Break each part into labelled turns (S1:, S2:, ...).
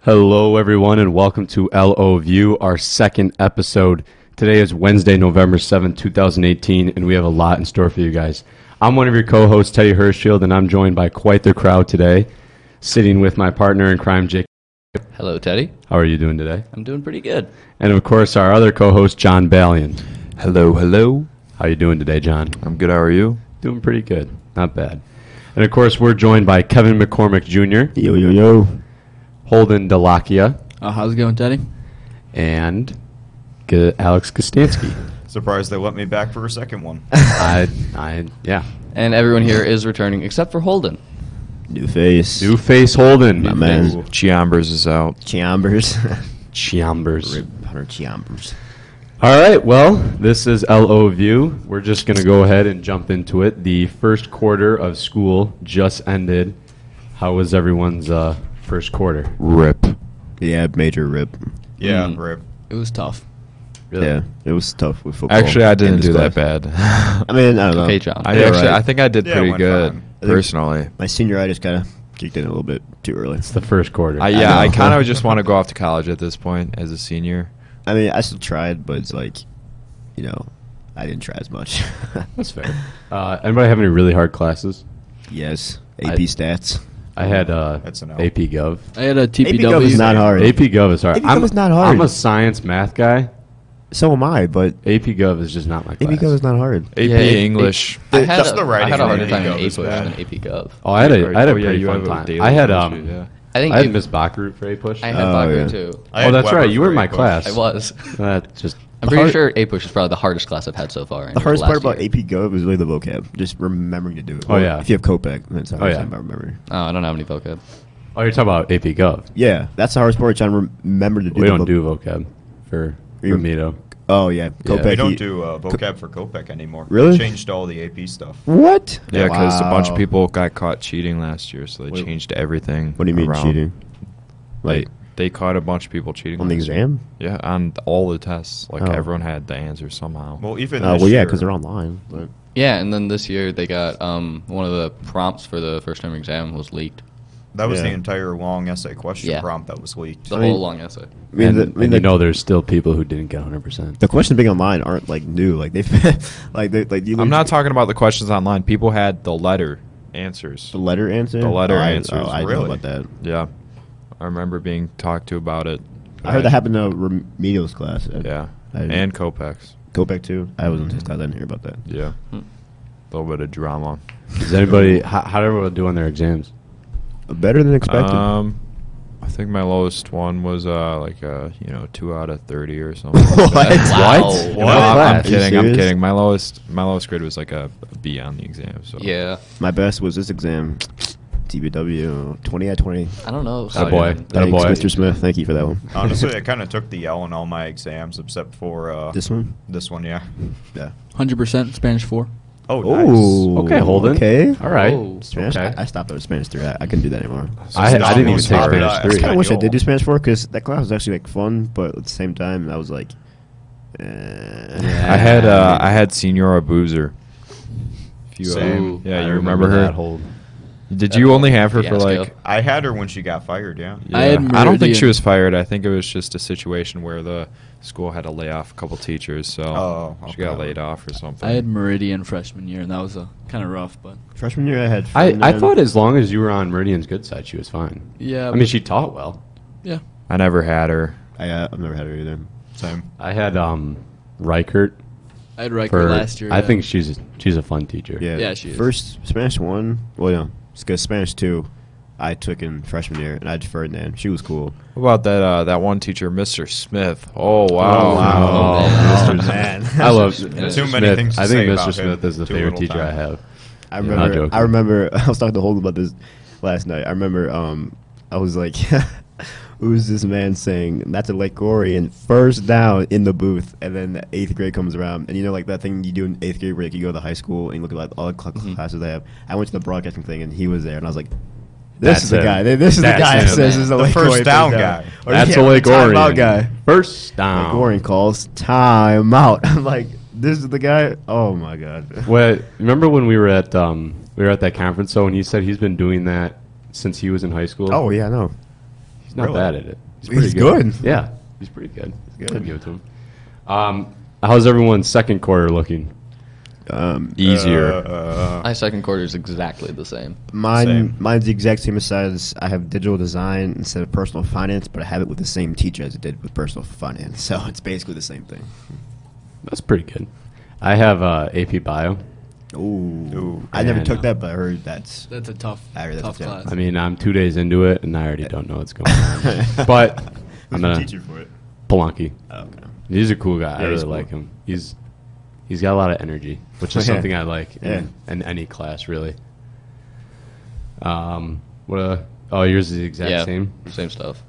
S1: Hello, everyone, and welcome to LO View, our second episode. Today is Wednesday, November seventh, two 2018, and we have a lot in store for you guys. I'm one of your co hosts, Teddy Hirschfield, and I'm joined by quite the crowd today, sitting with my partner in crime, Jake.
S2: Hello, Teddy.
S1: How are you doing today?
S2: I'm doing pretty good.
S1: And of course, our other co host, John Ballion.
S3: Hello, hello.
S1: How you doing today, John?
S3: I'm good. How are you?
S1: Doing pretty good. Not bad. And of course, we're joined by Kevin McCormick Jr.,
S4: Yo, yo, yo.
S1: Holden Delakia,
S2: Uh, how's it going, Teddy?
S1: and G- Alex Kostansky.
S5: Surprised they let me back for a second one.
S1: I, I, yeah.
S2: And everyone here is returning except for Holden.
S4: New face.
S1: New face Holden.
S4: My man.
S3: Chiambers is out.
S4: Chiambers.
S1: Chambers.
S4: Rip Hunter Chiambers.
S1: All right. Well, this is LO View. We're just going to go ahead and jump into it. The first quarter of school just ended. How was everyone's uh, first quarter?
S3: Rip.
S4: Yeah, major rip.
S5: Yeah,
S4: Hmm.
S2: Mm.
S5: rip.
S2: It was tough.
S4: Yeah, it was tough with football.
S3: Actually, I didn't
S4: And
S3: do
S4: this
S3: that
S4: class.
S3: bad. I
S4: I mean, I don't know.
S2: Okay, John.
S3: I
S4: Yeah,
S3: actually,
S4: right.
S3: I think I did
S5: Yeah, it
S3: pretty
S5: went
S3: good
S5: fine.
S3: personally.
S4: My senioritis kind of kicked in a little bit too early.
S1: It's the first quarter.
S3: I, yeah,
S4: Uh, I
S3: I
S4: know.
S3: kind of just want to go off to college at this point as a senior.
S4: I mean, I still tried, but it's like, you know, I didn't try as much.
S1: That's fair. Uh, anybody have any really hard classes?
S4: yes, AP
S1: I-
S4: stats.
S1: I had uh,
S5: That's an L.
S1: AP Gov.
S2: I had a
S4: AP
S2: TPW.
S4: Gov is not hard.
S1: AP Gov is hard.
S4: AP Gov
S1: I'm-
S4: is not hard.
S1: I'm a science math guy.
S4: So am I, but
S1: AP Gov is just not my class.
S4: AP Gov is not hard.
S3: AP
S2: Yeah, it-
S3: English.
S2: I had
S5: Just
S2: a,
S5: the writing
S2: I had a
S5: on
S2: harder
S5: AP
S2: time in
S5: Gov
S2: English
S5: is bad.
S2: than AP Gov.
S1: oh, I had a, I had a
S3: Oh, yeah,
S1: pretty
S3: you
S1: fun
S3: have a
S1: time.
S3: daily
S1: I had
S3: chemistry,
S1: um,
S3: yeah.
S2: I think
S1: I had
S2: it-
S1: Miss Bachroot for a push.
S2: I had
S4: Oh,
S2: Bachru
S4: yeah.
S2: too.
S5: I
S1: oh,
S5: had
S1: that's
S5: Weber
S1: right. You were
S5: for
S1: in my
S5: a push.
S1: class.
S2: I was.
S1: That's Uh, just.
S2: I'm pretty
S1: hard-
S2: sure A push is probably the hardest class I've had so far. In
S4: The hardest part
S2: last
S4: about
S2: year.
S4: AP Gov is really the vocab, just remembering to do it.
S1: Oh,
S4: Or
S1: yeah.
S4: If you have Copac, that's how
S1: Oh,
S4: oh,
S1: yeah.
S4: yeah. about remembering.
S2: Oh, I don't have any vocab.
S1: Oh, you're talking about AP Gov.
S4: Yeah, that's the hardest part. Trying to remember to do.
S1: We
S4: the
S1: don't
S4: vo-
S1: do vocab for
S4: Are you-
S1: for Mito.
S4: Oh yeah, Kopech.
S5: We don't
S4: he-
S5: do uh, vocab for Kopec anymore.
S4: Really?
S5: They changed all the AP stuff.
S4: What?
S3: Yeah, because a bunch of
S4: Wow.
S3: people got caught cheating last year, so they
S4: Wait,
S3: changed everything.
S4: What do you mean
S3: around.
S4: cheating?
S3: Like
S4: Like
S3: they caught a bunch of people cheating
S4: on the
S3: last year.
S4: exam?
S3: Yeah, on all the tests. Like
S4: Oh.
S3: everyone had the answer somehow.
S5: Well, even
S4: Uh,
S5: this
S4: well, yeah,
S5: year-
S4: because they're online. But
S2: Yeah, and then this year they got um, one of the prompts for the first term exam was leaked.
S5: that was
S4: Yeah.
S5: the entire long essay question
S2: Yeah.
S5: prompt that was leaked.
S2: The
S4: mean-
S2: whole long essay.
S4: I mean,
S1: and,
S4: the, I
S1: and
S4: mean,
S1: you
S4: the,
S1: know, there's still people who didn't get 100. percent
S4: the questions being online aren't like new. Like they've, like they, like you.
S3: I'm not
S4: literally-
S3: talking about the questions online. People had the letter answers.
S4: the letter answer.
S3: The letter
S4: oh, I-
S3: answers,
S4: Oh, I didn't
S5: really?
S4: know about that.
S3: Yeah, I remember being talked to about it.
S4: I heard that happened to remedials class. Uh,
S3: Yeah,
S4: I didn't-
S3: and Copex.
S4: Kopech too. I was in his class. I didn't hear about that.
S3: Yeah,
S2: Hmm.
S3: a little bit of drama.
S1: Does anybody? How, how did everyone do on their exams?
S4: Better than expected.
S3: Um, I think my lowest one was uh like uh you know two out of thirty or something.
S4: what?
S3: like that.
S2: Wow.
S4: What?
S3: No, I'm- I'm,
S4: Are you
S3: kidding. I'm
S4: serious?
S3: kidding. My lowest my lowest grade was like a a B on the exam. So
S2: Yeah,
S4: My best was this exam. TBW twenty out of twenty.
S2: I don't know.
S1: Oh, boy. That
S4: Thanks,
S1: boy.
S4: Mr. Smith. Thank you for that one.
S5: Honestly, I kind of took the L in all my exams except for uh,
S4: this one.
S5: This one, yeah.
S4: Yeah.
S6: Hundred percent Spanish four.
S5: Oh, nice.
S4: Ooh,
S1: Okay, Holden.
S4: Okay.
S1: All right.
S2: Oh.
S4: Spanish.
S1: Okay.
S4: I, I stopped at Spanish three. I, I couldn't do that anymore.
S1: I, I didn't even
S5: It's
S1: take
S5: not
S1: Spanish
S5: that-
S4: I
S1: three.
S4: kind of wish I did
S5: Ideal.
S4: do Spanish four because that class was actually like fun, but at the same time, I was like, eh.
S3: I had uh I had Senora Boozer. If you, uh,
S5: Same.
S3: yeah,
S1: um, I
S3: you remember, her?
S1: that whole-
S3: Did
S2: that
S3: you
S2: whole
S3: only have her for
S2: fiasco.
S3: like?
S5: I had her when she got fired, yeah.
S3: Yeah.
S6: I had
S3: I don't think
S6: Meridian.
S3: she was fired. I think it was just a situation where the school had to lay off a couple teachers, so
S5: Oh,
S3: she got
S5: okay.
S3: laid off or something.
S6: I had Meridian freshman year, and that was a kind of rough, but
S4: freshman year. I had.
S1: I, I
S4: Ferdinand.
S1: thought as long as you were on Meridian's good side, she was fine.
S6: yeah.
S1: I mean, she taught well.
S6: yeah.
S3: I never had her.
S4: I, uh, I've never had her either.
S5: Same.
S1: I had um, Reichert
S6: I had Riker
S1: for
S6: last year.
S1: I
S6: yeah.
S1: think she's she's a fun teacher.
S4: Yeah.
S6: Yeah, she is.
S4: First Spanish one. Well, no, because Spanish two, I took in freshman year, and I had Ferdinand. She was cool.
S3: What about that uh, that one teacher, Mr. Smith? Oh wow!
S1: Oh, wow.
S4: Oh,
S1: Mr.
S4: man.
S1: I love
S5: Too
S1: Mr.
S5: many
S1: Smith.
S5: things to
S1: I think
S5: say
S1: Mr.
S5: about him.
S1: Smith is the
S5: Too
S1: favorite
S5: little
S1: teacher
S5: time.
S1: I have.
S4: I
S1: Yeah. Not
S4: remember.
S1: joking.
S4: I remember. I was talking to Holden about this last night. I remember. Um, I was like, "Who's this man saying that's a Lake Gory and first down in the booth?" And then the eighth grade comes around, and you know, like that thing you do in eighth grade where like, you go to the high school and you look at like all the cl-
S1: Mm-hmm.
S4: classes they have. I went to the broadcasting thing, and he was there, and I was like. This
S1: That's
S4: is the
S1: him.
S4: guy. This is
S1: That's
S4: the guy
S1: him.
S4: that says this is a
S5: The
S4: Lake
S5: first
S4: Gory
S5: down guy.
S4: Or,
S1: That's a
S4: yeah,
S1: Lake
S4: timeout
S1: Orion
S4: guy.
S1: First
S4: Lake
S1: down.
S4: Orion calls timeout. I'm like, this is the guy. Oh my god.
S1: Well, remember when we were at um, we were at that conference? So, and he said he's been doing that since he was in high school.
S4: Oh yeah, no.
S1: He's not
S5: Really?
S1: bad at it.
S4: He's
S1: pretty
S4: good.
S1: Yeah, he's pretty good.
S4: He's good.
S1: I'd give it to him. Um, how's everyone's second quarter looking?
S4: Um,
S1: Easier.
S5: Uh, uh,
S2: My second quarter is exactly the same.
S4: mine,
S5: Same.
S4: mine's the exact same as I have digital design instead of personal finance, but I have it with the same teacher as I did with personal finance, so it's basically the same thing.
S1: That's pretty good. I have uh, AP Bio.
S4: Ooh,
S5: Ooh.
S4: I never
S1: Yeah, I
S4: took
S1: know.
S4: that, but I heard that's
S6: That's a tough,
S4: I heard that's
S6: tough
S4: a tough-
S6: class.
S1: I mean, I'm two days into it, and I already don't know what's going on. but I'm
S4: Who's your
S1: gonna
S4: teacher for it.
S1: Polanki.
S4: Oh, okay.
S1: He's a cool guy. I
S4: Yeah,
S1: really
S4: he's cool.
S1: like him. He's he's got a lot of energy, which is
S4: Yeah.
S1: something I like in,
S4: Yeah.
S1: in any class, really. Um, what? Uh, oh, yours is the exact
S2: yeah,
S1: same.
S2: same stuff.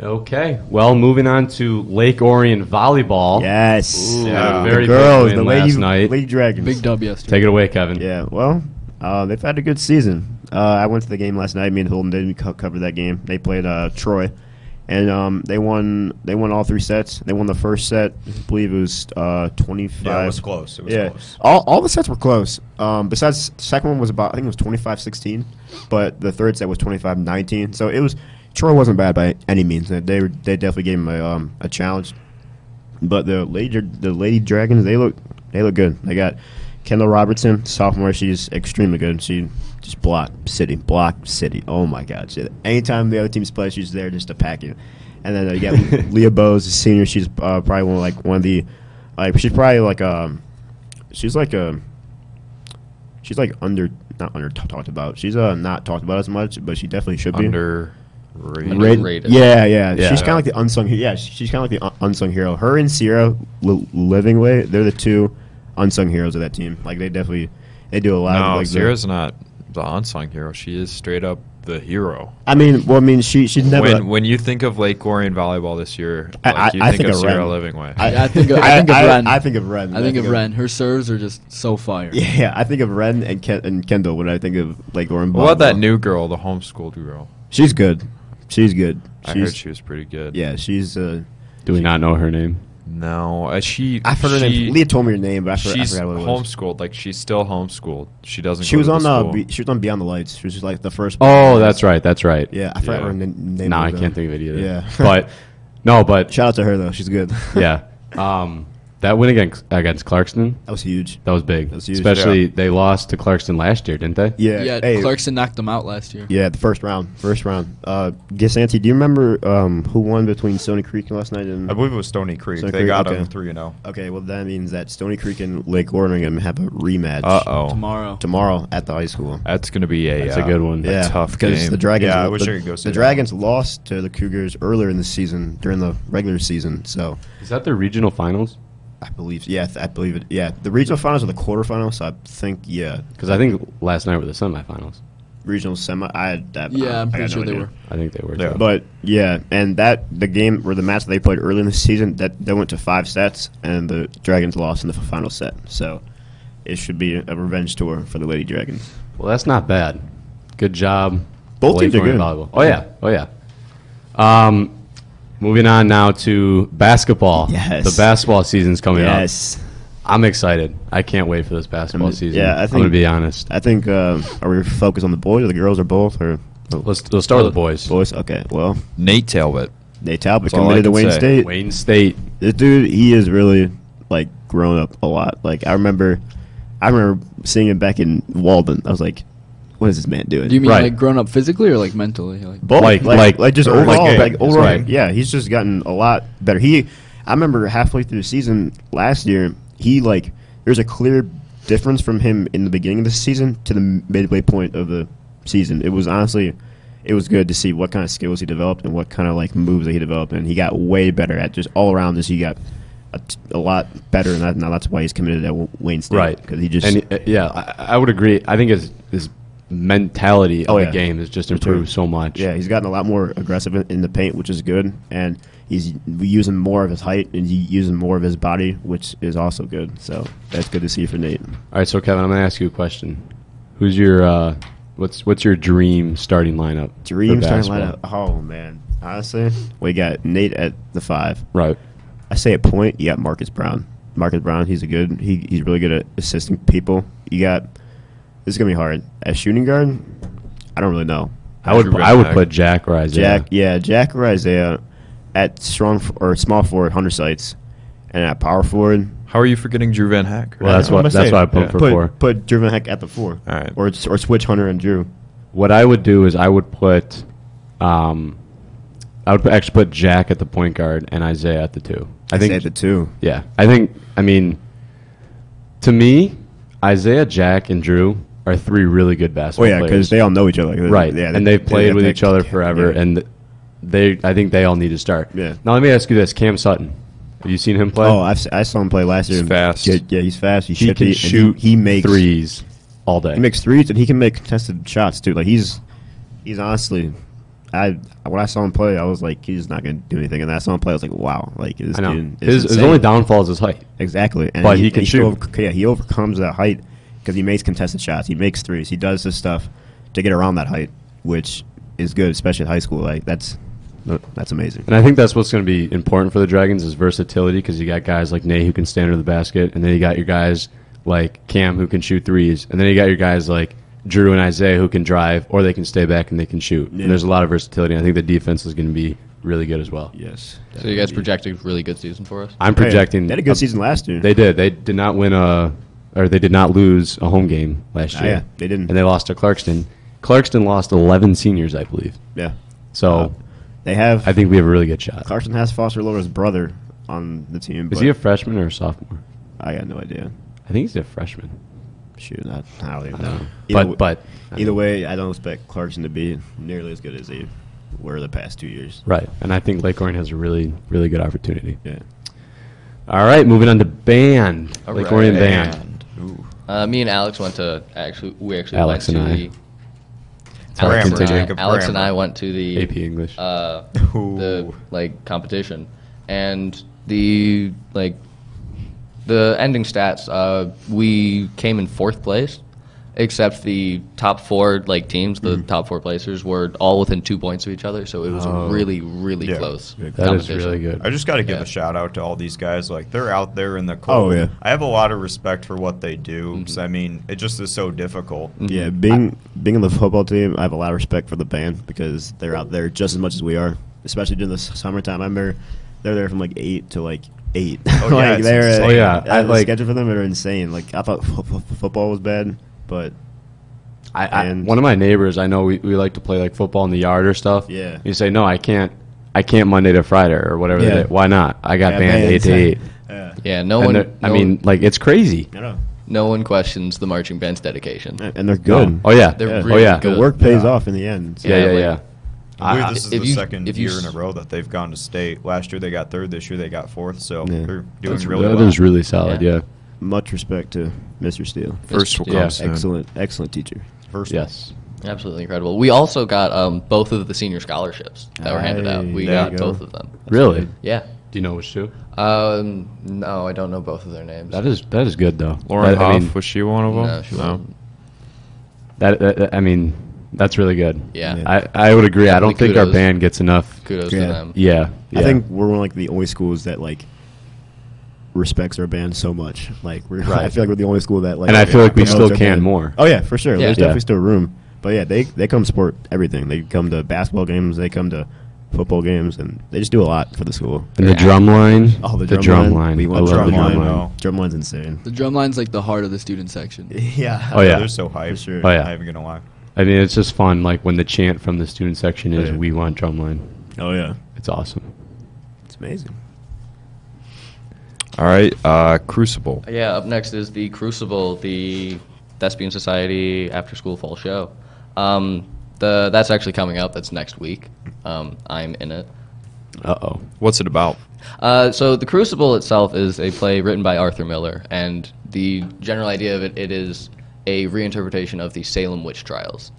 S1: Okay. Well, moving on to Lake Orion volleyball.
S4: Yes.
S1: Ooh,
S5: Yeah.
S4: Uh,
S1: very
S4: the girls,
S1: good win
S4: the Lady,
S1: last night.
S4: Lady Dragons.
S6: Big dub yesterday.
S1: Take it away, Kevin.
S4: Yeah, well, uh, they've had a good season. Uh, I went to the game last night. Me and Holden didn't co- cover that game. They played uh, Troy, and um, they won. They won all three sets. They won the first set. I believe it was uh, twenty five.
S5: yeah, it was close. It was
S4: yeah,
S5: close.
S4: all, all the sets were close. Um, besides, the second one was about I think it was 25-16, but the third set was 25-19. So it was Troy wasn't bad by any means. They they, were, they definitely gave him a, um, a challenge. But the lady the lady dragons they look they look good. They got Kendall Robertson, sophomore. She's extremely good. She just block city, block city. Oh my God! She, anytime the other teams play, she's there just to pack it. And then you got Leah Bowes, a senior. She's uh, probably one of, like one of the like she's probably like um she's like a she's like under not under t- talked about. She's uh not talked about as much, but she definitely should be.
S3: Under.
S2: Underrated.
S4: Yeah, yeah,
S1: Yeah.
S4: She's kind of like the unsung. hero. Yeah, she- she's kind of like the un- unsung hero. Her and Sierra L- Livingway, they're the two unsung heroes of that team. Like they definitely they do a lot. of
S3: No,
S4: like the-
S3: Sierra's not the unsung hero. She is straight up the hero.
S4: I mean, well, I mean, she she's never.
S3: When when you think of Lake Orion volleyball this year,
S4: I-
S3: like,
S4: I-
S3: you
S4: I
S3: think,
S4: think
S3: of
S4: of
S3: Sierra
S4: Ren.
S3: Livingway.
S6: I- I think of- I think of Ren.
S4: I think of Ren.
S6: I think of Ren. Her serves are just so fire.
S4: Yeah, I think of Ren and Ken- and Kendall when I think of like Lauren.
S3: what about that new girl, the homeschooled girl?
S4: She's good. She's good.
S3: I
S4: She's-
S3: heard she was pretty good.
S4: Yeah, she's. Uh,
S1: Do we not know her name?
S3: No, uh, she.
S4: I forgot her
S3: she-
S4: name. Leah told me her name, but I, for, I
S3: she's
S4: forgot what it was.
S3: homeschooled. Like she's still homeschooled. She doesn't.
S4: She
S3: go
S4: was
S3: to
S4: on
S3: the
S4: uh,
S3: school.
S4: be, she was on Beyond the Lights. She was just, like the first.
S1: Oh, that's right. That's right.
S4: Yeah, I forgot
S3: Yeah.
S4: her na- name.
S1: No, I
S4: though.
S1: can't think of it either.
S4: Yeah.
S1: but no, but
S4: Shout out to her though. She's good.
S1: yeah. Um, that win against against Clarkston
S4: that was huge.
S1: that was big.
S4: That was huge.
S1: Especially they lost to Clarkston last year, didn't they?
S4: Yeah.
S6: Yeah,
S4: hey,
S6: Clarkson knocked them out last year.
S4: Yeah, the first round. First round. Uh, Gisanti, do you remember um, who won between Stony Creek last night and?
S5: I believe it was Stony Creek.
S4: Stony
S5: they
S4: Creek,
S5: got
S4: okay.
S5: them three and oh. zero.
S4: okay, well that means that Stony Creek and Lake Orringham have a rematch
S3: Uh oh,
S6: Tomorrow.
S4: tomorrow at the high school.
S3: that's gonna be a.
S1: That's
S3: uh,
S1: a good one.
S4: yeah,
S3: tough
S4: because
S3: game.
S4: the Dragons.
S5: Yeah, I
S4: lo-
S5: wish
S4: the,
S5: I could go
S4: The
S5: see that.
S4: Dragons lost to the Cougars earlier in the season during the regular season, so
S1: Is that their regional finals?
S4: I believe. Yeah, I believe it. Yeah, the regional finals are the quarterfinals. So I think yeah,
S1: Because I think last night were the semifinals.
S4: regional semi. I, I
S6: Yeah, I'm
S4: I
S6: pretty
S4: got no
S6: sure they
S4: idea.
S6: were.
S1: I think they were.
S5: Yeah.
S1: too.
S4: But yeah, and that the game or the match that they played early in the season that they went to five sets and the Dragons lost in the final set. So it should be a revenge tour for the Lady Dragons.
S1: Well, that's not bad. Good job.
S4: Both
S1: Lake
S4: teams are
S1: Orion
S4: good.
S1: volleyball. Oh yeah. Oh yeah. Um, moving on now to basketball.
S4: Yes.
S1: The basketball season's
S3: Oh,
S1: coming
S4: yes,
S1: up. I'm excited. I can't wait for this basketball
S4: I'm-
S1: season.
S4: yeah, I
S1: I'm gonna
S4: think-
S1: be honest.
S4: I think uh, are we focused on the boys or the girls or both or
S1: Let's let's start with the boys.
S4: boys? Okay, well
S3: Nate Talbot.
S4: Nate Talbot
S3: That's all I
S4: committed to
S3: can
S4: Wayne
S3: say.
S4: State.
S1: Wayne State.
S4: This dude, he is really like grown up a lot. Like I remember, I remember seeing him back in Walden. I was like, what is this man doing?
S6: Do you mean
S1: Right.
S6: like grown up physically or like mentally? Like
S4: Both,
S1: Like-
S4: like, like,
S1: like-
S4: just
S5: Or like
S4: overall,
S5: game.
S4: like,
S5: That's
S4: overall,
S1: right.
S4: yeah, he's just gotten a lot better. He, I remember halfway through the season last year, he like there's a clear difference from him in the beginning of the season to the midway point of the season. It was honestly, it was good to see what kind of skills he developed and what kind of like moves that he developed, and he got way better at just all around. This he got a, t- a lot better, and that, now that's why he's committed at Wayne State,
S1: Right.
S4: Because he just
S1: And uh, yeah, I, I would agree. I think his his mentality
S4: Oh,
S1: of
S4: yeah.
S1: the game has just improved so much.
S4: Yeah, he's gotten a lot more aggressive in- in the paint, which is good, and he's using more of his height and he's using more of his body, which is also good. So that's good to see for Nate.
S1: All right, so Kevin, I'm gonna ask you a question. Who's your uh, what's what's your dream starting lineup? for
S4: Dream starting
S1: basketball?
S4: lineup. Oh man, honestly, we got Nate at the five.
S1: Right.
S4: I say at point, you got Marcus Brown. Marcus Brown, he's a good. He, he's really good at assisting people. You got. This is gonna be hard. At shooting guard, I don't really know.
S1: I would
S3: Everybody
S1: I would
S3: back.
S1: put Jack or Isaiah.
S4: Jack, yeah, Jack or Isaiah at strong f- or small forward, Hunter sites, and at power forward.
S3: How are you forgetting Drew Van Hack?
S1: Well, that's
S4: What
S1: what
S4: am I
S1: that's
S4: saying?
S1: why I put
S3: Yeah.
S1: for
S4: put
S1: four.
S4: put Drew Van Heck at the four,
S3: All right.
S4: or s- or switch Hunter and Drew.
S1: What I would do is I would put, um, I would actually put Jack at the point guard and Isaiah at the two. I think
S4: Isaiah at the two.
S1: Yeah, I think. I mean, to me, Isaiah, Jack, and Drew are three really good
S4: Oh
S1: basketball.
S4: yeah,
S1: players.
S4: because they all know each other. Like, they-
S1: right,
S4: Yeah,
S1: and they've played with each other
S4: yeah,
S1: forever,
S4: yeah.
S1: and they. I think they all need to start.
S4: Yeah.
S1: Now let me ask you this: Cam Sutton, have you seen him play?
S4: oh, I've, s- I saw him play last year.
S3: He's
S4: and-
S3: fast.
S4: Yeah, yeah, he's fast. He,
S1: he
S4: shifty,
S1: can
S4: and
S1: shoot.
S4: He, he makes
S1: threes all day.
S4: He makes threes and he can make contested shots too. Like he's he's honestly, I when I saw him play, I was like, he's not gonna do anything. And then I saw him play, I was like, wow, like this
S1: I know.
S4: dude is
S1: His, his
S4: insane.
S1: only downfall is his height.
S4: exactly. And
S1: but he can
S4: and
S1: shoot.
S4: overc- yeah, he overcomes that height because he makes contested shots. He makes threes. He does this stuff to get around that height, which is good, especially at high school. Like that's uh, that's amazing.
S1: And I think that's what's going to be important for the Dragons is versatility because you got guys like Nate who can stand under the basket, and then you got your guys like Cam who can shoot threes, and then you got your guys like Drew and Isaiah who can drive or they can stay back and they can shoot.
S4: Yeah.
S1: And there's a lot of versatility. And I think the defense is going to be really good as well.
S4: Yes.
S2: So you guys projected a really good season for us.
S1: I'm projecting.
S4: Oh, They had a good season last year.
S1: They did. They did not win a, or they did not lose a home game last
S4: Ah,
S1: year.
S4: yeah, they didn't.
S1: And they lost to Clarkston. Clarkston lost 11 seniors, I believe.
S4: yeah.
S1: So
S4: Uh, They have.
S1: I think we have a really good shot.
S4: Carson has Foster Lola's brother on the team.
S1: Is
S4: but
S1: he a freshman or a sophomore?
S4: I got no idea.
S1: I think he's a freshman.
S4: Shoot, not, I don't even
S1: I
S4: know.
S1: know.
S4: Either
S1: But-
S4: w-
S1: but-
S4: either way, I don't expect Clarkson to be nearly as good as they were the past two years.
S1: uh, Right. And I think Lake Orion has a really, really good opportunity.
S4: Yeah,
S1: All right, moving on to band.
S2: All
S1: Lake
S2: right.
S1: Orion band.
S2: Uh, me and Alex went to actually we actually
S1: Alex
S2: went
S1: and
S2: to
S1: I.
S2: the
S1: hard
S2: Alex,
S1: to
S2: and I,
S1: continue.
S2: Alex and
S5: Grammar.
S2: I went to the
S1: AP English.
S2: uh,
S5: Ooh.
S2: the like competition and the like the ending stats. Uh, we came in fourth place, except the top four like teams,
S1: Mm-hmm.
S2: the top four placers were all within two points of each other. So it was really really
S5: Yeah.
S2: close.
S1: Oh. that is
S2: competition.
S1: really good.
S5: I just got to give
S2: Yeah.
S5: a shout out to all these guys. Like they're out there in the cold.
S4: Oh, yeah.
S5: I have a lot of respect for what they do. 'cause,
S1: Mm-hmm.
S5: I mean, it just is so difficult.
S2: Mm-hmm.
S4: yeah. Being being on the football team, I have a lot of respect for the band because they're out there just as much as we are, especially during the s- summertime. I remember they're there from like eight to like eight.
S5: Oh, yeah,
S4: like
S5: it's
S4: they're
S5: insane.
S1: Oh, yeah, I
S4: I, the
S1: like-
S4: schedule for them are insane. Like I thought fo- fo- football was bad, but
S1: I, I,
S4: and-
S1: one of my neighbors, I know we, we like to play like football in the yard or stuff.
S4: Yeah.
S1: You say, no, I can't. I can't Monday to Friday or whatever.
S4: Yeah.
S1: They, why not? I got
S4: Yeah,
S1: banned
S4: band.
S1: eight to eight.
S4: yeah,
S2: Yeah, no
S1: And
S2: one.
S1: they're- I
S2: no-
S1: mean, like it's crazy.
S4: I know,
S2: no one questions the marching band's dedication.
S4: and they're good.
S1: Oh yeah.
S2: They're
S1: oh
S2: really
S1: yeah.
S2: good.
S4: The work pays
S5: Yeah.
S4: off in the end. so-
S1: Yeah, yeah,
S2: Yeah,
S1: yeah.
S2: like-
S5: I believe
S1: I-
S5: this is
S2: if
S5: the
S2: you-
S5: second
S2: if you
S5: year in a
S2: s-
S5: row that they've gone to state. Last year they got third. This year they got fourth. So
S4: Yeah.
S5: they're doing
S1: That's-
S5: really
S1: that
S5: well.
S1: is really solid.
S2: Yeah.
S1: Yeah.
S4: Much respect to Mr. Steele.
S3: First will come
S1: Yeah.
S3: soon.
S4: Excellent, excellent teacher.
S5: First
S1: Yes.
S2: Absolutely incredible. We also got um, both of the senior scholarships that were handed out.
S4: Aye,
S2: We
S5: there
S2: got
S5: you
S4: go.
S2: both of them.
S1: Really?
S2: Yeah.
S1: Do you know which two?
S2: Um, no, I don't know both of their names.
S1: That is that is good though.
S3: Lauren
S1: That- I
S3: Hoff,
S1: mean,
S3: was she one of them?
S2: No, she wasn't.
S1: That, that, that- I mean, that's really good.
S2: Yeah.
S4: Yeah.
S1: I, I would agree. I don't
S2: Definitely
S1: think our
S2: kudos.
S1: band gets enough.
S2: Kudos
S4: Yeah.
S2: to them.
S1: Yeah, yeah.
S4: I think we're one of like the only schools that like respects our band so much. Like we're, I
S1: Right.
S4: feel like we're the only school that like.
S1: And I feel like we
S4: promotes
S1: still
S4: our
S1: can
S4: band.
S1: more.
S4: Oh yeah, for sure.
S2: Yeah.
S4: There's
S1: Yeah.
S4: definitely still room. But yeah, they they come support everything. They come to basketball games. They come to football games, and they just do a lot for the school.
S1: and the
S2: Yeah.
S1: drum line.
S4: Oh, the drum
S1: drum
S4: line.
S1: line.
S4: We
S1: I
S4: want
S1: love
S5: drum
S1: the drum
S5: line,
S1: line.
S5: though.
S4: Drumline's insane.
S6: The drumline's like the heart of the student section.
S4: Yeah.
S1: Oh, yeah.
S5: They're so hyped.
S4: For sure.
S1: Oh, yeah.
S5: I ain't gonna lie.
S1: I mean, it's just fun. Like when the chant from the student section is
S4: Yeah.
S1: "We want drum line."
S4: Oh yeah.
S1: It's awesome.
S4: It's amazing.
S3: All right, uh, Crucible.
S2: Yeah, up next is the Crucible, the Thespian Society after school fall show. Um, the That's actually coming up. That's next week. Um, I'm in it.
S1: Uh oh.
S3: What's it about?
S2: Uh, so the Crucible itself is a play written by Arthur Miller, and the general idea of it, it is a reinterpretation of the Salem witch trials.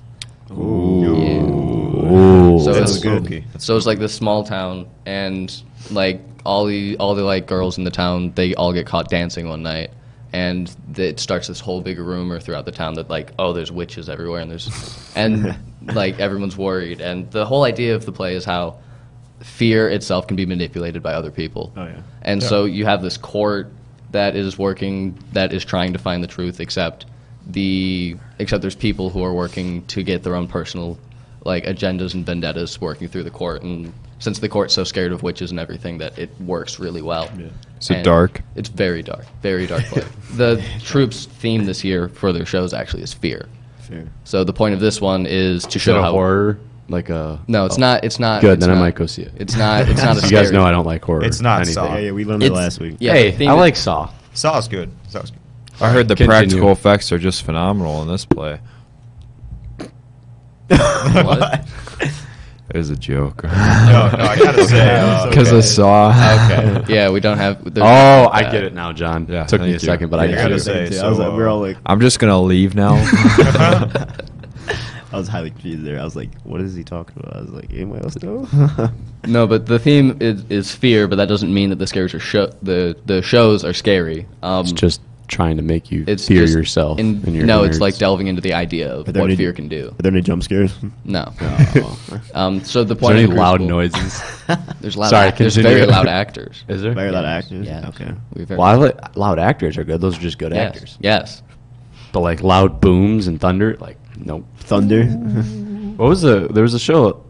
S1: Ooh.
S2: So
S5: That's
S2: it's,
S5: good.
S2: so it's like this small town, and like all the all the like girls in the town, they all get caught dancing one night, and th- it starts this whole big rumor throughout the town that like oh there's witches everywhere, and there's and like everyone's worried, and the whole idea of the play is how fear itself can be manipulated by other people.
S4: Oh, yeah.
S2: And so you have this court that is working that is trying to find the truth except the except there's people who are working to get their own personal like agendas and vendettas working through the court. And since the court's so scared of witches and everything, that it works really well.
S3: Is it
S2: And
S3: dark?
S2: It's very dark, very dark. play. the troops' theme this year for their shows actually is fear.
S4: Fair.
S2: So the point of this one is to show
S1: a
S2: how
S1: horror? Like a
S2: No, it's not. It's not.
S1: Good,
S2: it's
S1: then I
S2: not-
S1: might go see it.
S2: It's not. It's not. a
S1: you guys
S2: scary-
S1: know I don't like horror.
S5: It's not
S1: anything.
S5: Saw.
S4: Oh, Yeah, yeah, we learned that
S2: It's-
S4: last week.
S2: Yeah, the
S1: hey,
S2: theme
S1: I
S2: is-
S1: like Saw.
S5: Saw's good. Saw's good.
S3: I heard the
S1: Continue.
S3: practical effects are just phenomenal in this play.
S2: What?
S3: It was a joke.
S5: No, no, I gotta say, uh,
S3: because I saw.
S1: Okay.
S2: Yeah, we don't have. there's
S1: oh, I
S2: that.
S1: get it now, John.
S3: Yeah,
S1: Took me
S3: thank
S1: a
S3: you.
S1: second, but I
S5: I
S1: get
S5: gotta
S1: it.
S5: say,
S4: I was
S5: so,
S4: like, we're all
S5: uh,
S4: like,
S3: I'm just gonna leave now.
S4: I was highly confused there. I was like, what is he talking about? I was like, anyone else know?
S2: No, but the theme is, is fear, but that doesn't mean that the scares are show the the shows are scary. Um,
S1: It's just trying to make you
S2: it's
S1: fear
S2: just
S1: yourself.
S2: in-
S1: and your
S2: no,
S1: innards.
S2: it's like delving into the idea of
S4: Are there
S2: what
S4: any-
S2: fear can do.
S4: Are there any jump scares?
S2: No.
S4: Oh.
S2: Um, so the
S1: Is there
S2: point.
S1: any
S2: of the
S1: loud
S2: Crucible-
S1: noises?
S2: There's loud.
S1: Sorry,
S2: act- there's
S1: continue.
S2: very loud actors.
S1: Is there?
S4: Very loud
S2: Yes,
S4: actors.
S2: yes.
S4: Okay.
S2: We're very
S1: Well, I li- loud actors are good. Those are just good
S2: yes,
S1: actors.
S2: Yes.
S1: But like loud booms and thunder, like nope.
S4: Thunder.
S1: What was the? There was a show.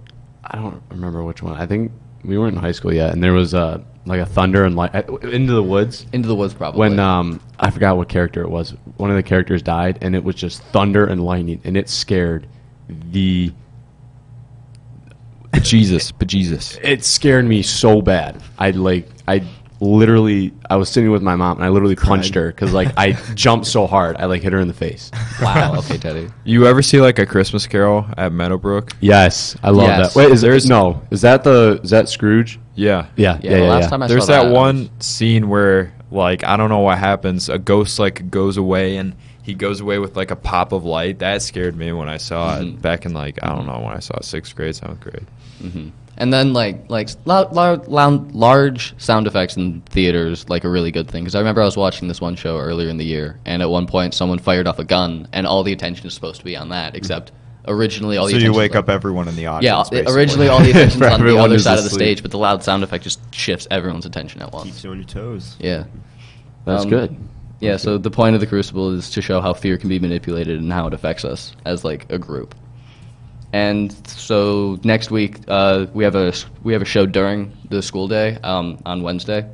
S1: I don't remember which one. I think we weren't in high school yet, and there was uh, like a thunder and light into the woods.
S2: Into the woods, probably.
S1: When um, I forgot what character it was. One of the characters died, and it was just thunder and lightning, and it scared the.
S3: Jesus, but Jesus.
S1: It scared me so bad. I like I literally I was sitting with my mom, and I literally punched her because like I jumped so hard, I like hit her in the face.
S2: wow. Okay, Teddy.
S3: You ever see like a Christmas Carol at Meadowbrook?
S1: Yes, I love
S2: Yes.
S1: that. Wait, is there is no? Is that the is that Scrooge?
S3: Yeah.
S1: Yeah,
S2: Yeah,
S1: yeah, yeah.
S2: the last
S1: yeah.
S2: time I
S3: There's
S2: saw that,
S3: that
S2: I
S3: one scene where like I don't know what happens. A ghost like goes away and he goes away with like a pop of light. That scared me when I saw
S5: Mm-hmm.
S3: it back in like I don't know when I saw it, sixth grade, seventh grade.
S2: And then like like loud, loud, loud, large sound effects in theaters like a really good thing because I remember I was watching this one show earlier in the year and at one point someone fired off a gun and all the attention is supposed to be on that except originally
S1: Oh,
S2: all
S5: so
S2: the
S5: you
S2: attention's
S5: wake
S2: on-
S5: up everyone in the
S2: yeah
S5: audience.
S2: it-
S5: basically.
S2: originally all the attention's on the
S1: Everyone
S2: other
S1: is
S2: side of the
S1: asleep.
S2: stage but the loud sound effect just shifts everyone's attention at once
S4: Keeps you on your toes.
S2: yeah
S1: That's
S2: Um,
S1: good.
S2: yeah so the point of the crucible is to show how fear can be manipulated and how it affects us as like a group and so next week uh, we have a we have a show during the school day um, on Wednesday,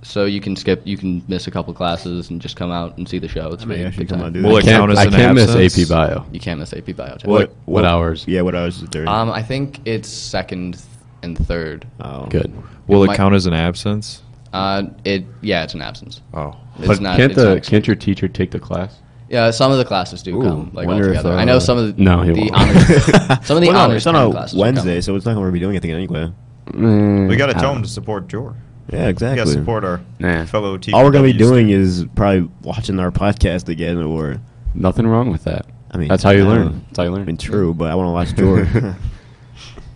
S2: so you can skip you can miss a couple classes and just come out and see the show. It's
S4: I may
S2: really
S4: actually
S2: good
S4: come
S2: time.
S4: out and do
S3: Well,
S1: I
S3: it
S4: that.
S3: count
S1: can't,
S3: as
S1: I
S3: an
S1: can't miss
S3: absence?
S1: AP Bio.
S2: You can't miss AP Bio. today.
S1: What, what hours?
S4: Yeah, what I was just doing.
S2: Um, I think it's second and third.
S4: oh.
S1: Good.
S3: Will it,
S2: might-
S3: count as an absence?
S2: Uh, it yeah, it's an absence.
S3: Oh.
S2: It's
S1: but
S2: not.
S1: can't
S2: it's
S1: the
S2: not
S1: can't your teacher take the class?
S2: Yeah, some of the classes do
S1: Ooh,
S2: come like all
S1: wonder if,
S2: together.
S1: uh,
S2: I know some of the,
S1: No, he
S2: the
S1: won't.
S2: honors. some of the
S4: Well, no,
S2: honors
S4: it's not
S2: kind of
S4: on
S2: classes do come.
S4: Wednesday, so it's not going to be doing anything anyway.
S2: Mm,
S5: we gotta tell them to support Jor.
S4: Yeah,
S5: We
S4: exactly.
S5: gotta support our
S1: Nah.
S5: fellow teachers.
S4: All we're going to be doing is probably watching our podcast again, or
S1: Nothing wrong with that.
S4: I mean,
S1: that's how you
S4: I
S1: learn.
S4: don't-
S1: That's how you
S4: I
S1: learn.
S4: mean, true, but I want to watch Jordan.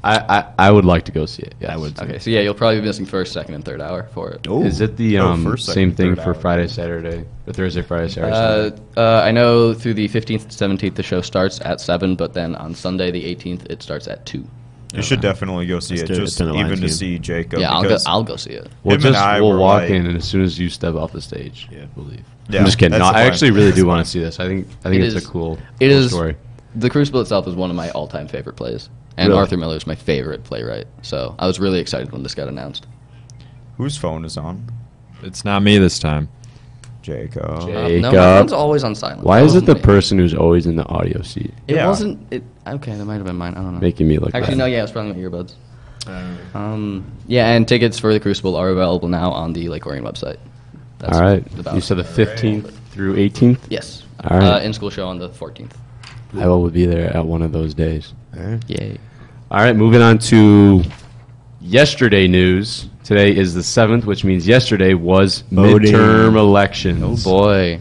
S1: I, I, I would like to go see it. Yes.
S4: I would.
S2: Okay, so yeah, you'll probably be missing first, second, and third hour for it.
S4: Oh,
S1: Is it the
S5: Oh,
S1: um,
S5: first, second,
S1: same thing
S5: third
S1: for
S5: hour.
S1: Friday, Saturday, or Thursday, Friday, Saturday?
S2: Uh,
S1: Sunday?
S2: uh, I know through the 15th, 17th, the show starts at 7, but then on Sunday, the 18th, it starts at 2.
S5: You should definitely go see
S4: Let's do
S5: it,
S4: it.
S5: just
S4: Turn the
S5: even
S4: lines
S5: to
S4: here.
S5: see Jacob.
S2: yeah, I'll go,
S5: because-
S2: I'll go see it.
S1: We'll
S5: him and
S1: just
S5: I
S1: we'll
S5: were
S1: walk
S5: like-
S1: in, and as soon as you step off the stage,
S4: Yeah.
S1: we'll leave.
S5: Yeah,
S1: I'm just kidding.
S5: that's
S1: No,
S5: the
S1: I
S5: plan.
S1: actually really
S5: That's
S1: do
S5: the
S1: want
S5: plan.
S1: to see this. I think I think
S2: It
S1: it's
S2: is-
S1: a cool,
S2: It
S1: cool
S2: is-
S1: story.
S2: The Crucible itself is one of my all time favorite plays, and
S4: Really?
S2: Arthur Miller is my favorite playwright, so I was really excited when this got announced.
S5: Whose phone is on?
S3: It's not me this time.
S5: Jacob.
S1: Jake.
S2: Uh, no,
S1: Jacob.
S2: my phone's always on silent.
S1: Why
S2: That
S1: is it
S2: wasn't
S1: the
S2: me.
S1: person who's always in the audio seat
S2: It
S5: Yeah.
S2: wasn't. It, okay, that might have been mine. I don't know.
S1: making me look?
S2: Actually,
S1: bad?
S2: no, yeah, it's probably my earbuds. Um, yeah, and tickets for the Crucible are available now on the Lake Orion website. That's
S1: All right.
S2: about-
S1: You said the 15th through 18th.
S2: Yes.
S1: All right.
S2: Uh, in school show on the 14th.
S1: I will be there at one of those days.
S2: Yay.
S1: All right, moving on to yesterday news. Today is the 7th, which means yesterday was
S4: Voting.
S1: midterm elections.
S2: Boy.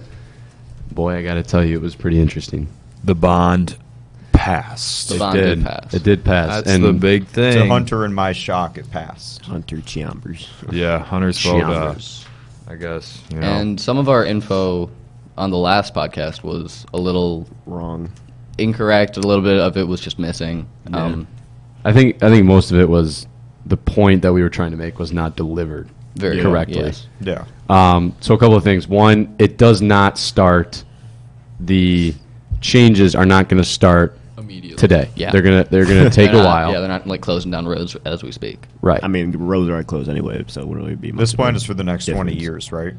S1: Boy, I got to tell you, it was pretty interesting.
S3: The bond passed.
S2: The
S1: It
S2: bond
S1: did.
S2: did pass.
S1: It did pass.
S3: That's
S1: and
S3: the big thing.
S5: To Hunter and my shock, it passed.
S4: Hunter Chambers.
S3: Yeah, Hunter's vote. Uh,
S1: Chambers.
S3: I guess. You know.
S2: And some of our info on the last podcast was a little
S4: Wrong.
S2: incorrect. A little bit of it was just missing. Um,
S1: I think I think most of it was the point that we were trying to make was not delivered
S2: Very good,
S1: correctly.
S2: yes.
S5: Yeah.
S1: Um, so a couple of things. One, it does not start. The changes are not going to start
S2: immediately.
S1: today.
S2: Yeah.
S1: They're gonna they're gonna take
S2: They're
S1: a
S2: not-
S1: while.
S2: Yeah, they're not like closing down roads as we speak.
S1: right.
S4: I mean, roads aren't closed anyway, so it wouldn't really be much.
S5: This
S4: of a
S5: plan is for the next 20
S4: difference.
S5: years, right?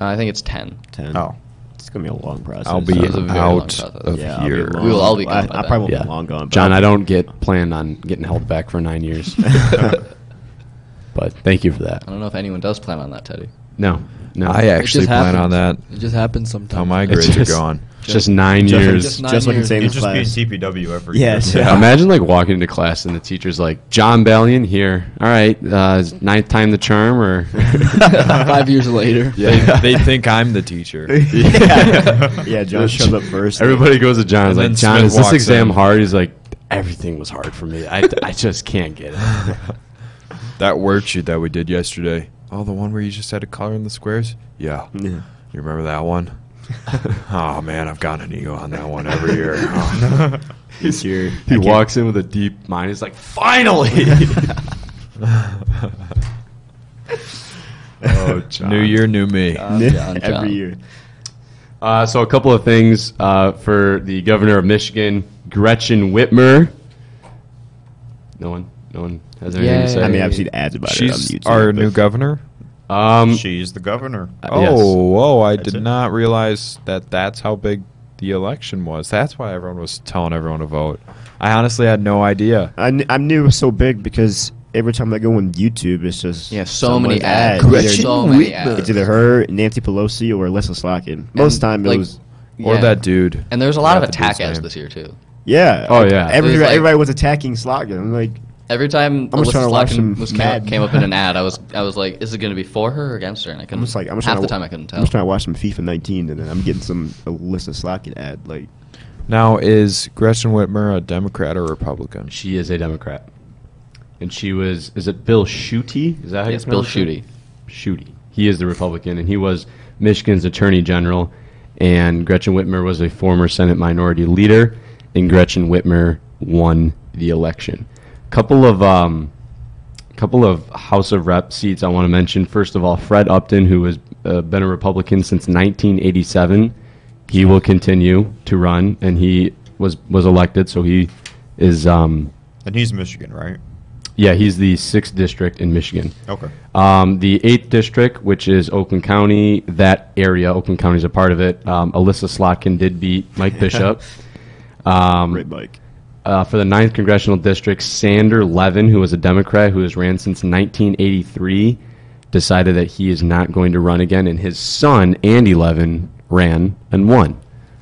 S2: I think it's ten.
S4: Ten.
S5: Oh.
S4: it's gonna be a long process.
S3: I'll
S2: It
S3: be
S2: was a very long
S3: out
S2: process.
S3: of
S4: yeah, I'll be
S3: here.
S4: long-
S2: We will all be gone
S4: I,
S2: by
S4: I
S2: then.
S4: probably won't
S1: yeah.
S4: be long gone. but
S1: John,
S4: I'll-
S1: I don't get planned on getting held back for nine years. but thank you for that.
S2: I don't know if anyone does plan on that, Teddy.
S1: No, no.
S4: uh,
S3: I
S6: It
S3: actually
S6: just
S3: plan
S6: happens.
S3: on that.
S6: It just happens sometimes.
S3: How Oh my
S1: It's
S3: grades are
S1: just-
S3: gone.
S1: It's just nine
S4: Just-
S1: years.
S6: Just nine
S4: just like
S6: years.
S4: insane
S5: It's
S4: class.
S5: just being TPW every
S4: Yeah,
S5: year.
S4: it's-
S1: Yeah. Imagine like walking into class and the teacher's like, John Bellion here. All right, uh, is ninth time the charm, or
S6: Five years later.
S1: Yeah.
S3: They, they think I'm the teacher.
S4: yeah. yeah, John shows up first.
S1: Everybody goes to John. is
S3: And
S1: like,
S3: then
S1: John,
S3: Smith
S1: is this
S3: walks
S1: exam
S3: in."
S1: hard? He's like, everything was hard for me. I, I just can't get it.
S3: That worksheet that we did yesterday. Oh, the one where you just had to color in the squares? Yeah.
S4: Yeah.
S3: You remember that one? oh, man, I've got an ego on that one every year. Oh.
S4: This year, I
S1: He
S4: can't-
S1: walks in with a deep mind. He's like, finally. oh, John.
S3: New year, new me.
S2: John, John.
S4: every year.
S1: Uh, so a couple of things uh, for the governor of Michigan, Gretchen Whitmer. No one, no one has anything to say.
S4: I mean, I've seen ads about
S3: She's
S4: it on YouTube.
S3: our
S4: but-
S3: new governor.
S1: um, uh,
S5: She's the governor.
S3: Oh,
S1: yes.
S3: whoa! I
S5: That's
S3: did
S5: it.
S3: not realize that that's how big the election was. That's why everyone was telling everyone to vote. I honestly had no idea.
S4: I, kn- I knew it was so big because every time I go on YouTube, it's just
S2: Yeah, so many
S4: someone's
S2: ads.
S4: ad.
S2: There's so many
S4: It's
S2: ads.
S4: either her, Nancy Pelosi, or Lisa Slakin. Most
S2: And,
S4: time it
S2: like,
S4: was
S3: Or
S2: Yeah.
S3: that dude.
S2: And there's a lot of
S3: Forgot the dude's
S2: attack ads
S3: name.
S2: this year too.
S4: yeah.
S1: Oh, yeah.
S4: Every,
S2: It was like-
S4: everybody was attacking Slakin. I'm like,
S2: Every time
S4: I'm just trying
S2: Alyssa
S4: to watch some
S2: Slotkin was came,
S4: Madden.
S2: up, came up in an ad, I was I was like, is it going to be for her or against her? And I couldn't.
S4: I'm just like, I'm just
S2: half
S4: trying
S2: the
S4: to,
S2: time I couldn't
S4: I'm
S2: tell.
S4: just trying to watch some FIFA 19, and then I'm getting some Lisa Slakin ad. Like,
S3: Now is Gretchen Whitmer a Democrat or Republican?
S1: she is a Democrat, and she was. Is it Bill Schuette? Is that how
S2: Yes,
S1: you
S2: Bill
S1: pronounce it? Schuette. He is the Republican, and he was Michigan's Attorney General. And Gretchen Whitmer was a former Senate Minority Leader, and Gretchen Whitmer won the election. Couple of um, couple of House of Rep seats I want to mention. First of all, Fred Upton, who has uh, been a Republican since 1987, he will continue to run, and he was was elected, so he is um,
S5: And he's Michigan, right?
S1: yeah, he's the sixth district in Michigan.
S5: Okay.
S1: Um, the eighth district, which is Oakland County, that area, Oakland County is a part of it. Um, Alyssa Slotkin did beat Mike Bishop.
S2: Um,
S4: great bike.
S1: Uh, for the ninth congressional district, Sander Levin, who was a Democrat who has ran since 1983, decided that he is not going to run again, and his son Andy Levin ran and won.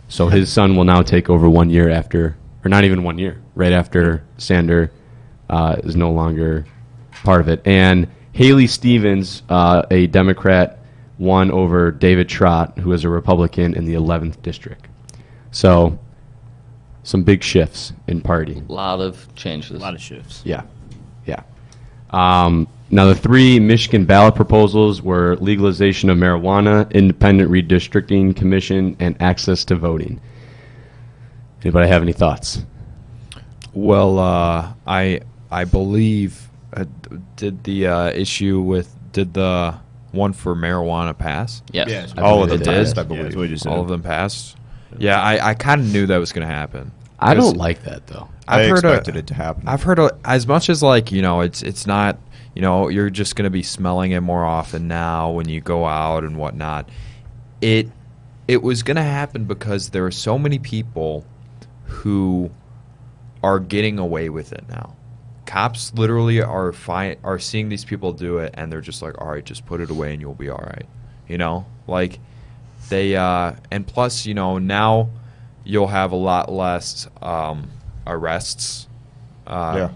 S1: So his son will now take over one year after, or not even one year, right after Sander uh, is no longer part of it. And Haley Stevens, uh, a Democrat, won over David Trott, who is a Republican in the 11th district. So some big shifts in party.
S2: A lot of changes.
S4: of shifts.
S1: Yeah, yeah. Um, now the three Michigan ballot proposals were legalization of marijuana, independent redistricting commission, and access to voting. Anybody have any thoughts?
S3: Well, uh, I I believe uh, d- did the uh, issue with did the one for marijuana pass?
S2: Yes.
S5: Yeah,
S3: All of them
S1: believe it
S3: passed.
S1: did.
S3: I
S4: Yeah,
S3: believe
S4: that's what you just
S3: all
S4: said.
S3: of them passed. Yeah, I, I kind of knew that was going to happen.
S1: I
S3: Because
S1: don't like that though.
S5: I
S3: I've heard a-
S5: expected it to happen.
S3: I've heard a, as much as like you know, it's it's not you know you're just gonna be smelling it more often now when you go out and whatnot. It it was gonna happen because there are so many people who are getting away with it now. Cops literally are fi- are seeing these people do it, and they're just like, all right, just put it away and you'll be all right. You know, like they uh, and plus you know now you'll have a lot less um, arrests uh,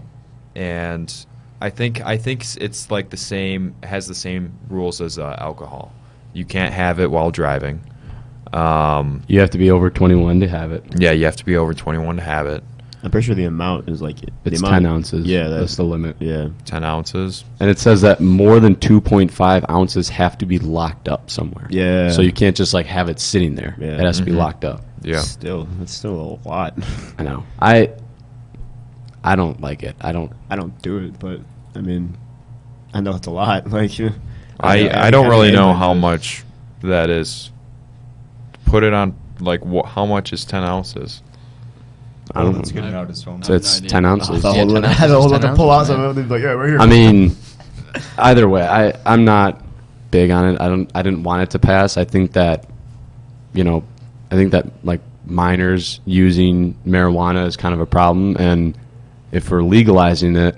S3: and I think I think s- it's like the same has the same rules as uh, alcohol. You can't have it while driving. Um,
S1: You have to be over 21 to have it.
S3: yeah, you have to be over 21 to have it.
S4: I'm pretty sure the amount is like the
S1: It's
S4: amount-
S1: 10 ounces.
S4: Yeah,
S1: that's,
S4: that's
S1: the limit.
S4: yeah.
S3: 10 ounces.
S1: And it says that more than 2.5 ounces have to be locked up somewhere.
S4: Yeah.
S1: So you can't just like have it sitting there.
S4: Yeah. Mm-hmm.
S1: It has to be locked up.
S3: Yeah.
S4: Still, that's still a lot.
S1: I know. I I don't like it. I don't
S4: I don't do it, but I mean, I know it's a lot. Like,
S3: I, I don't really know how much that is. Put it on like wh- how much is 10 ounces?
S1: I don't
S5: Let's
S1: know.
S5: get it out as well.
S1: So it's
S6: no idea.
S1: ten ounces.
S4: I
S2: Yeah,
S4: had to
S2: 10
S4: hold I had to
S2: ounces,
S4: hold
S2: 10
S4: up and pull out
S2: ounces,
S4: some
S2: man.
S4: of them. Like, yeah, right here.
S1: I mean, either way, I I'm not big on it. I don't I didn't want it to pass. I think that, you know, I think that like minors using marijuana is kind of a problem, and if we're legalizing it,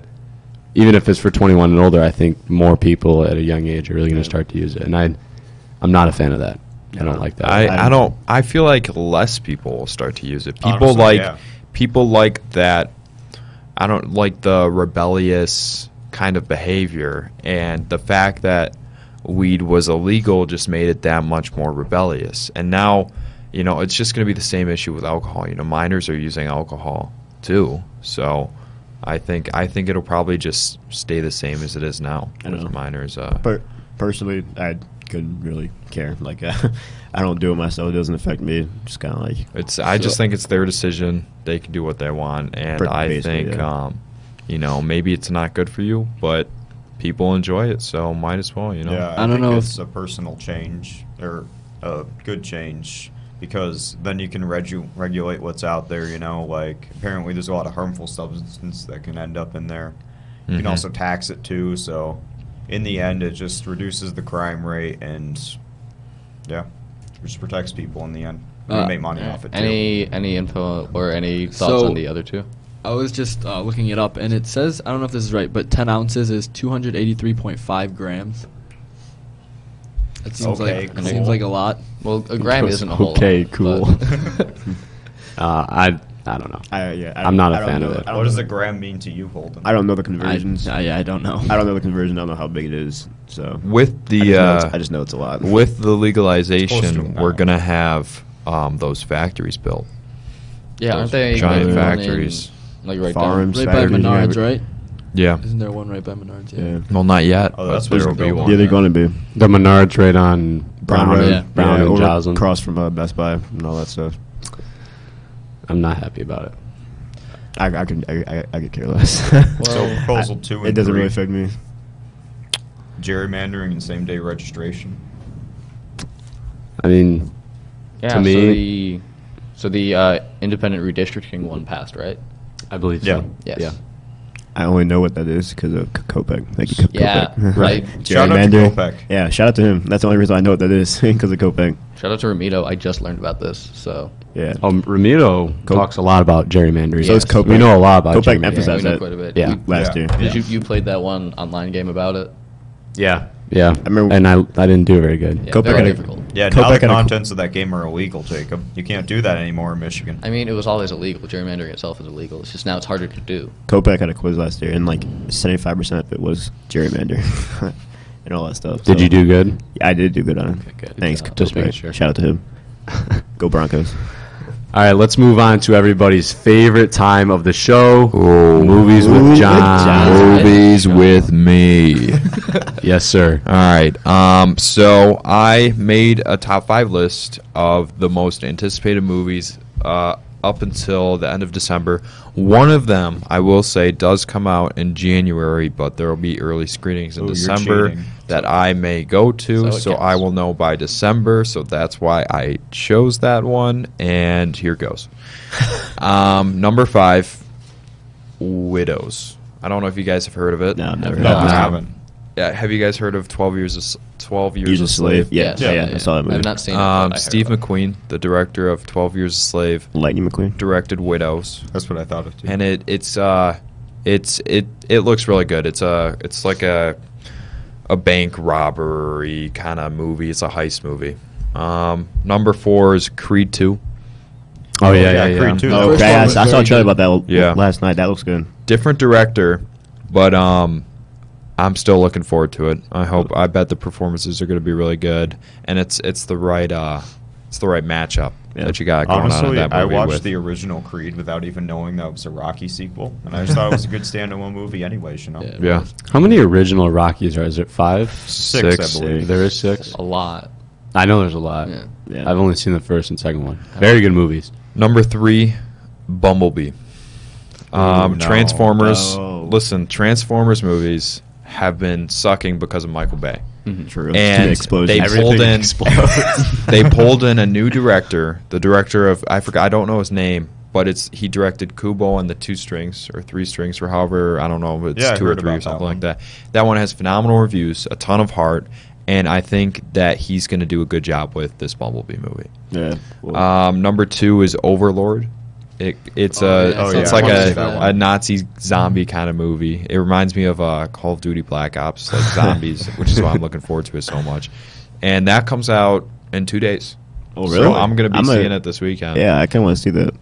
S1: even if it's for 21 and older, I think more people at a young age are really going to start to use it, and I I'm not a fan of that. I don't like that.
S3: I, I don't. I feel like less people will start to use it. People
S5: Honestly,
S3: like
S5: yeah.
S3: people like that. I don't like the rebellious kind of behavior, and the fact that weed was illegal just made it that much more rebellious. And now, you know, it's just going to be the same issue with alcohol. You know, minors are using alcohol too, so. I think I think it'll probably just stay the same as it is now
S4: I
S3: with
S4: know.
S3: minors. Uh,
S4: Per- personally, I couldn't really care. Like, uh, I don't do it myself. It doesn't affect me. Just kind of like
S3: It's. I just think it's their decision. They can do what they want, and
S4: Pretty
S3: I
S4: basically,
S3: think,
S4: yeah.
S3: um, you know, maybe it's not good for you, but people enjoy it, so might as well. You know.
S5: Yeah,
S6: I don't
S5: think
S6: know if-
S5: It's a personal change or a good change because then you can regu- regulate what's out there. You know, like apparently there's a lot of harmful substances that can end up in there. You
S4: Mm-hmm.
S5: can
S3: Mhm.
S5: also tax it too. So in the end, it just reduces the crime rate and yeah, it just protects people in the end. You
S6: Uh,
S5: make money off it too.
S2: Any any info or any thoughts
S6: So-
S2: on the other two?
S6: I was just uh, looking it up, and it says I don't know if this is right, but 10 ounces is 283.5 grams. That seems
S5: Okay,
S6: like
S5: cool.
S6: it seems like a lot.
S2: Well, a gram isn't a whole. lot,
S1: Okay, cool.
S2: but-
S1: uh, I I don't know.
S4: I, yeah, I
S1: I'm not
S4: a
S1: a fan of it.
S4: I don't,
S5: What does
S4: know,
S5: a gram mean to you, Holden?
S4: I don't know the
S6: I,
S4: conversions. I,
S6: I, I don't know.
S4: don't know the conversion. I don't know how big it is. So
S3: With
S4: I,
S3: the
S4: just know it's- I
S3: uh,
S4: just know it's a lot.
S3: with the
S5: Close to
S3: legalization,
S5: an
S3: we're
S5: hour.
S3: gonna have um, those factories built.
S2: yeah, aren't
S3: Those
S2: they
S3: giant
S2: like, one in,
S3: factories.
S2: like right
S4: Farms.
S6: right by
S4: Saturday,
S6: Menards,
S4: yeah.
S6: right?
S3: Yeah.
S6: Isn't there one right by Menards?
S4: yeah,
S3: Well, not yet.
S5: Oh,
S3: but
S5: that's what
S3: there
S5: they're
S3: will be
S5: building.
S3: one.
S4: yeah, they're going to be
S1: The Menards right on Brown,
S4: Road,
S6: Yeah.
S1: and, Brown
S4: yeah,
S1: and
S4: over-
S1: Joslin.
S4: across from uh, Best Buy and all that stuff.
S1: I'm not happy about it.
S4: I, I could I, I, I could care less.
S5: So
S2: Well,
S5: proposal two and
S4: it doesn't
S5: three,
S4: really affect me.
S5: gerrymandering and same day registration.
S1: I mean,
S2: Yeah,
S1: to
S2: so
S1: me-
S2: the, so the uh, independent redistricting one passed, right?
S1: I believe
S5: Yeah.
S1: so.
S2: Yes.
S1: Yeah.
S4: I only know what that is because of K- Kopech. Thank you, K-
S2: Yeah,
S4: Kopech.
S2: right.
S5: Shout out to
S4: Gerrymandering.
S5: Kopech.
S4: Yeah, shout out to him. That's the only reason I know what that is because of Kopech.
S2: Shout out to Ramito. I just learned about this, so
S4: Yeah.
S1: Um, Ramiro
S4: Co-
S1: talks a lot about gerrymandering.
S4: So is Kopech.
S1: We know a lot about
S4: Kopech
S1: gerrymandering.
S2: yeah, we
S4: emphasized
S2: know
S4: that
S2: quite a bit.
S1: Yeah.
S2: We-
S4: last
S5: Yeah.
S4: year.
S2: did you you played that one online game about it?
S1: Yeah. Yeah. I remember,
S4: remember-
S1: and I, I didn't do very good.
S2: Yeah,
S4: Go
S2: very
S4: back at it.
S2: difficult.
S5: Yeah,
S4: Go
S5: now
S4: back
S5: the
S4: at a-
S5: contents of that game are illegal, Jacob. You can't do that anymore in Michigan.
S2: I mean, it was always illegal. Gerrymandering itself is illegal. It's just now it's harder to do.
S4: Kopech had a quiz last year, and like 75% of it was gerrymander and all that stuff.
S1: Did
S4: so-
S1: you do good?
S4: Yeah, I did do good on it.
S1: Okay, good.
S4: Thanks,
S1: Good job.
S2: uh,
S4: Kopech.
S1: Just making sure.
S4: Shout out to him. Go Broncos.
S1: All right, let's move on to everybody's favorite time of the show movies
S4: Ooh,
S1: with
S4: with
S1: John.
S4: John.
S3: Movies with me.
S1: Yes, sir.
S3: All right. Um, so I made a top five list of the most anticipated movies uh, up until the end of December. One of them, I will say, does come out in January, but there will be early screenings in
S5: Ooh, you're
S3: December
S5: cheating.
S3: that I may go
S2: So
S3: to.
S2: it
S3: So, I
S2: counts.
S3: will know by December. So that's why I chose that one. And here goes. um, number five, Widows. I don't know if you guys have heard of it.
S4: No, never.
S5: No,
S4: heard of
S5: I
S4: that.
S5: haven't.
S3: Yeah, have you guys heard of Twelve Years a S- Twelve Years
S4: Years
S3: a
S4: a Slave. Yeah, yeah,
S5: Yeah.
S4: yeah, I saw that movie.
S2: I've not seen it. but I
S3: Um,
S2: heard
S3: Steve
S2: about it.
S3: McQueen, the director of Twelve Years a Slave,
S4: Lightning McQueen.
S3: directed Widows,
S5: That's what I thought of too.
S3: and it it's uh, it's it it looks really good. It's a it's like a a bank robbery kind of movie. It's a heist movie. Um, number four is Creed Two.
S1: Oh, yeah, yeah,
S5: yeah,
S1: yeah.
S5: Creed too.
S4: Oh,
S6: first
S4: okay, I, I
S6: one was
S4: saw a
S6: very
S4: trailer about that l-
S3: Yeah.
S4: last night. That looks good.
S3: different director, but um, I'm still looking forward to it. I hope. I bet the performances are going to be really good, and it's it's the right uh, it's the right matchup
S4: Yeah.
S3: that you got going on in
S5: Honestly,
S3: that
S5: I
S3: movie.
S5: watched
S3: with-
S5: the original Creed without even knowing that was a Rocky sequel, and I just thought it was a good standalone movie, anyways. You know,
S2: Yeah.
S3: yeah
S1: How many original Rockies are? Is it five?
S5: six, I believe.
S1: There is six.
S2: a lot.
S1: I know there's a lot.
S2: Yeah.
S4: Yeah.
S1: I've only seen the first and second one. Very good movies.
S3: Number three, Bumblebee. Um,
S5: Ooh, no.
S3: Transformers.
S4: No.
S3: Listen, Transformers movies have been sucking because of Michael Bay.
S4: True.
S3: and they pulled in they pulled in a new director the director of i forgot i don't know his name but it's he directed Kubo on the two strings or three strings or however I don't know if it's
S5: Yeah, I
S3: two or
S5: heard
S3: three
S5: about
S3: or
S5: that
S3: something
S5: one.
S3: like that. That one has phenomenal reviews, a ton of heart, and I think that he's going to do a good job with this Bumblebee movie.
S4: Yeah. Well,
S3: Um, number two is Overlord. It, it's
S6: Oh,
S3: a
S6: yeah,
S5: Oh,
S3: it's
S5: yeah, I
S3: like
S5: watched
S3: a,
S5: that one.
S3: a Nazi zombie kind of movie. It reminds me of uh, Call of Duty Black Ops, like zombies, which is why I'm looking forward to it so much. And that comes out in two days.
S4: oh,
S3: So I'm gonna be
S4: a-
S3: seeing it this weekend.
S4: Yeah, I kind of want to see that.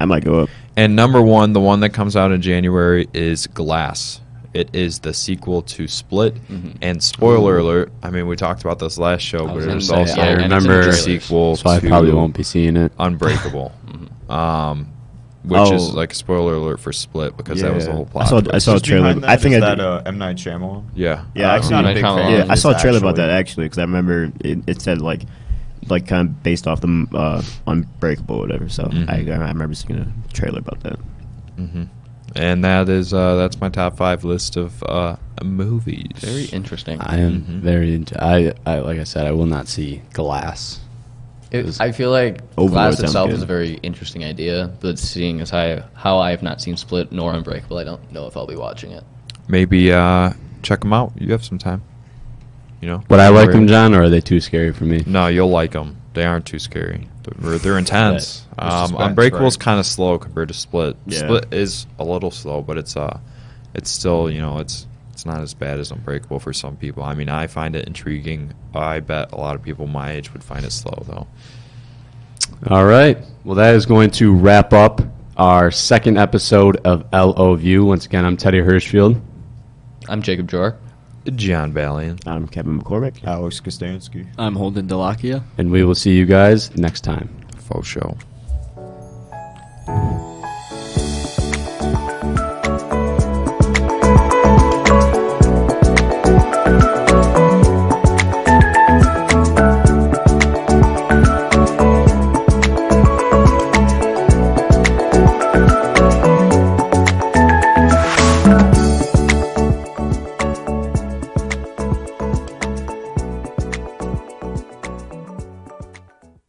S4: I might go up.
S3: And number one, the one that comes out in January is Glass. It is the sequel to Split.
S2: Mm-hmm.
S3: And spoiler alert, I mean, we talked about this last show,
S2: I
S3: but
S2: was
S3: it
S2: gonna
S3: was
S2: say,
S3: also
S2: yeah,
S1: I
S2: and it's in the
S1: remember.
S3: the
S2: trailers.
S3: sequel
S1: So I
S3: to
S1: probably won't be seeing it.
S3: Unbreakable.
S2: Mm-hmm.
S3: um, which is
S4: Oh.
S3: like a spoiler alert for Split because that was the
S4: Yeah.
S3: whole
S4: I
S3: plot.
S4: saw- I
S3: twist.
S4: saw-
S5: Just
S4: trailer,
S5: behind
S4: I think
S5: is
S4: I
S5: that
S4: did-
S5: uh, M Night Shyamalan. Uh,
S3: yeah.
S4: Yeah,
S5: I'm
S4: actually,
S5: not a
S2: I
S5: big
S2: kinda-
S3: Oh,
S5: fan.
S2: Yeah,
S5: of
S4: Yeah, I
S5: his,
S4: saw a trailer about
S5: actually.
S4: that actually because I remember it, it said like, like kind of based off the uh, Unbreakable, or whatever. So
S3: Mhm.
S4: I, I remember seeing a trailer about that.
S3: hmm And that is uh, that's my top five list of uh, movies.
S2: Very interesting.
S1: I am
S3: Mhm.
S1: very into. I, I like I said, I will not see Glass.
S2: It, I feel like
S4: Overlord
S2: Glass
S4: sounds
S2: itself
S4: good.
S2: is a very interesting idea, but seeing as I, how I have not seen Split nor Unbreakable, I don't know if I'll be watching it.
S3: Maybe uh, check them out. You have some time. You know.
S1: Would I like them,
S3: Or-
S1: John, or are they too scary for me?
S3: No, you'll like them. They aren't too scary. They're, they're intense.
S5: Right. There's
S3: Um,
S5: suspense,
S3: Unbreakable's
S5: right.
S3: kind of slow compared to Split.
S4: Yeah.
S3: Split is a little slow, but it's uh, it's still you know it's it's not as bad as Unbreakable for some people. I mean, I find it intriguing. I bet a lot of people my age would find it slow though.
S1: All right. Well, that is going to wrap up our second episode of LO View. Once again, I'm Teddy Hirschfield.
S2: I'm Jacob Jork.
S3: John Valiant.
S4: I'm Kevin McCormick.
S5: Alex Kostansky.
S6: I'm holding Delakia.
S1: and we will see you guys next time.
S3: Faux show.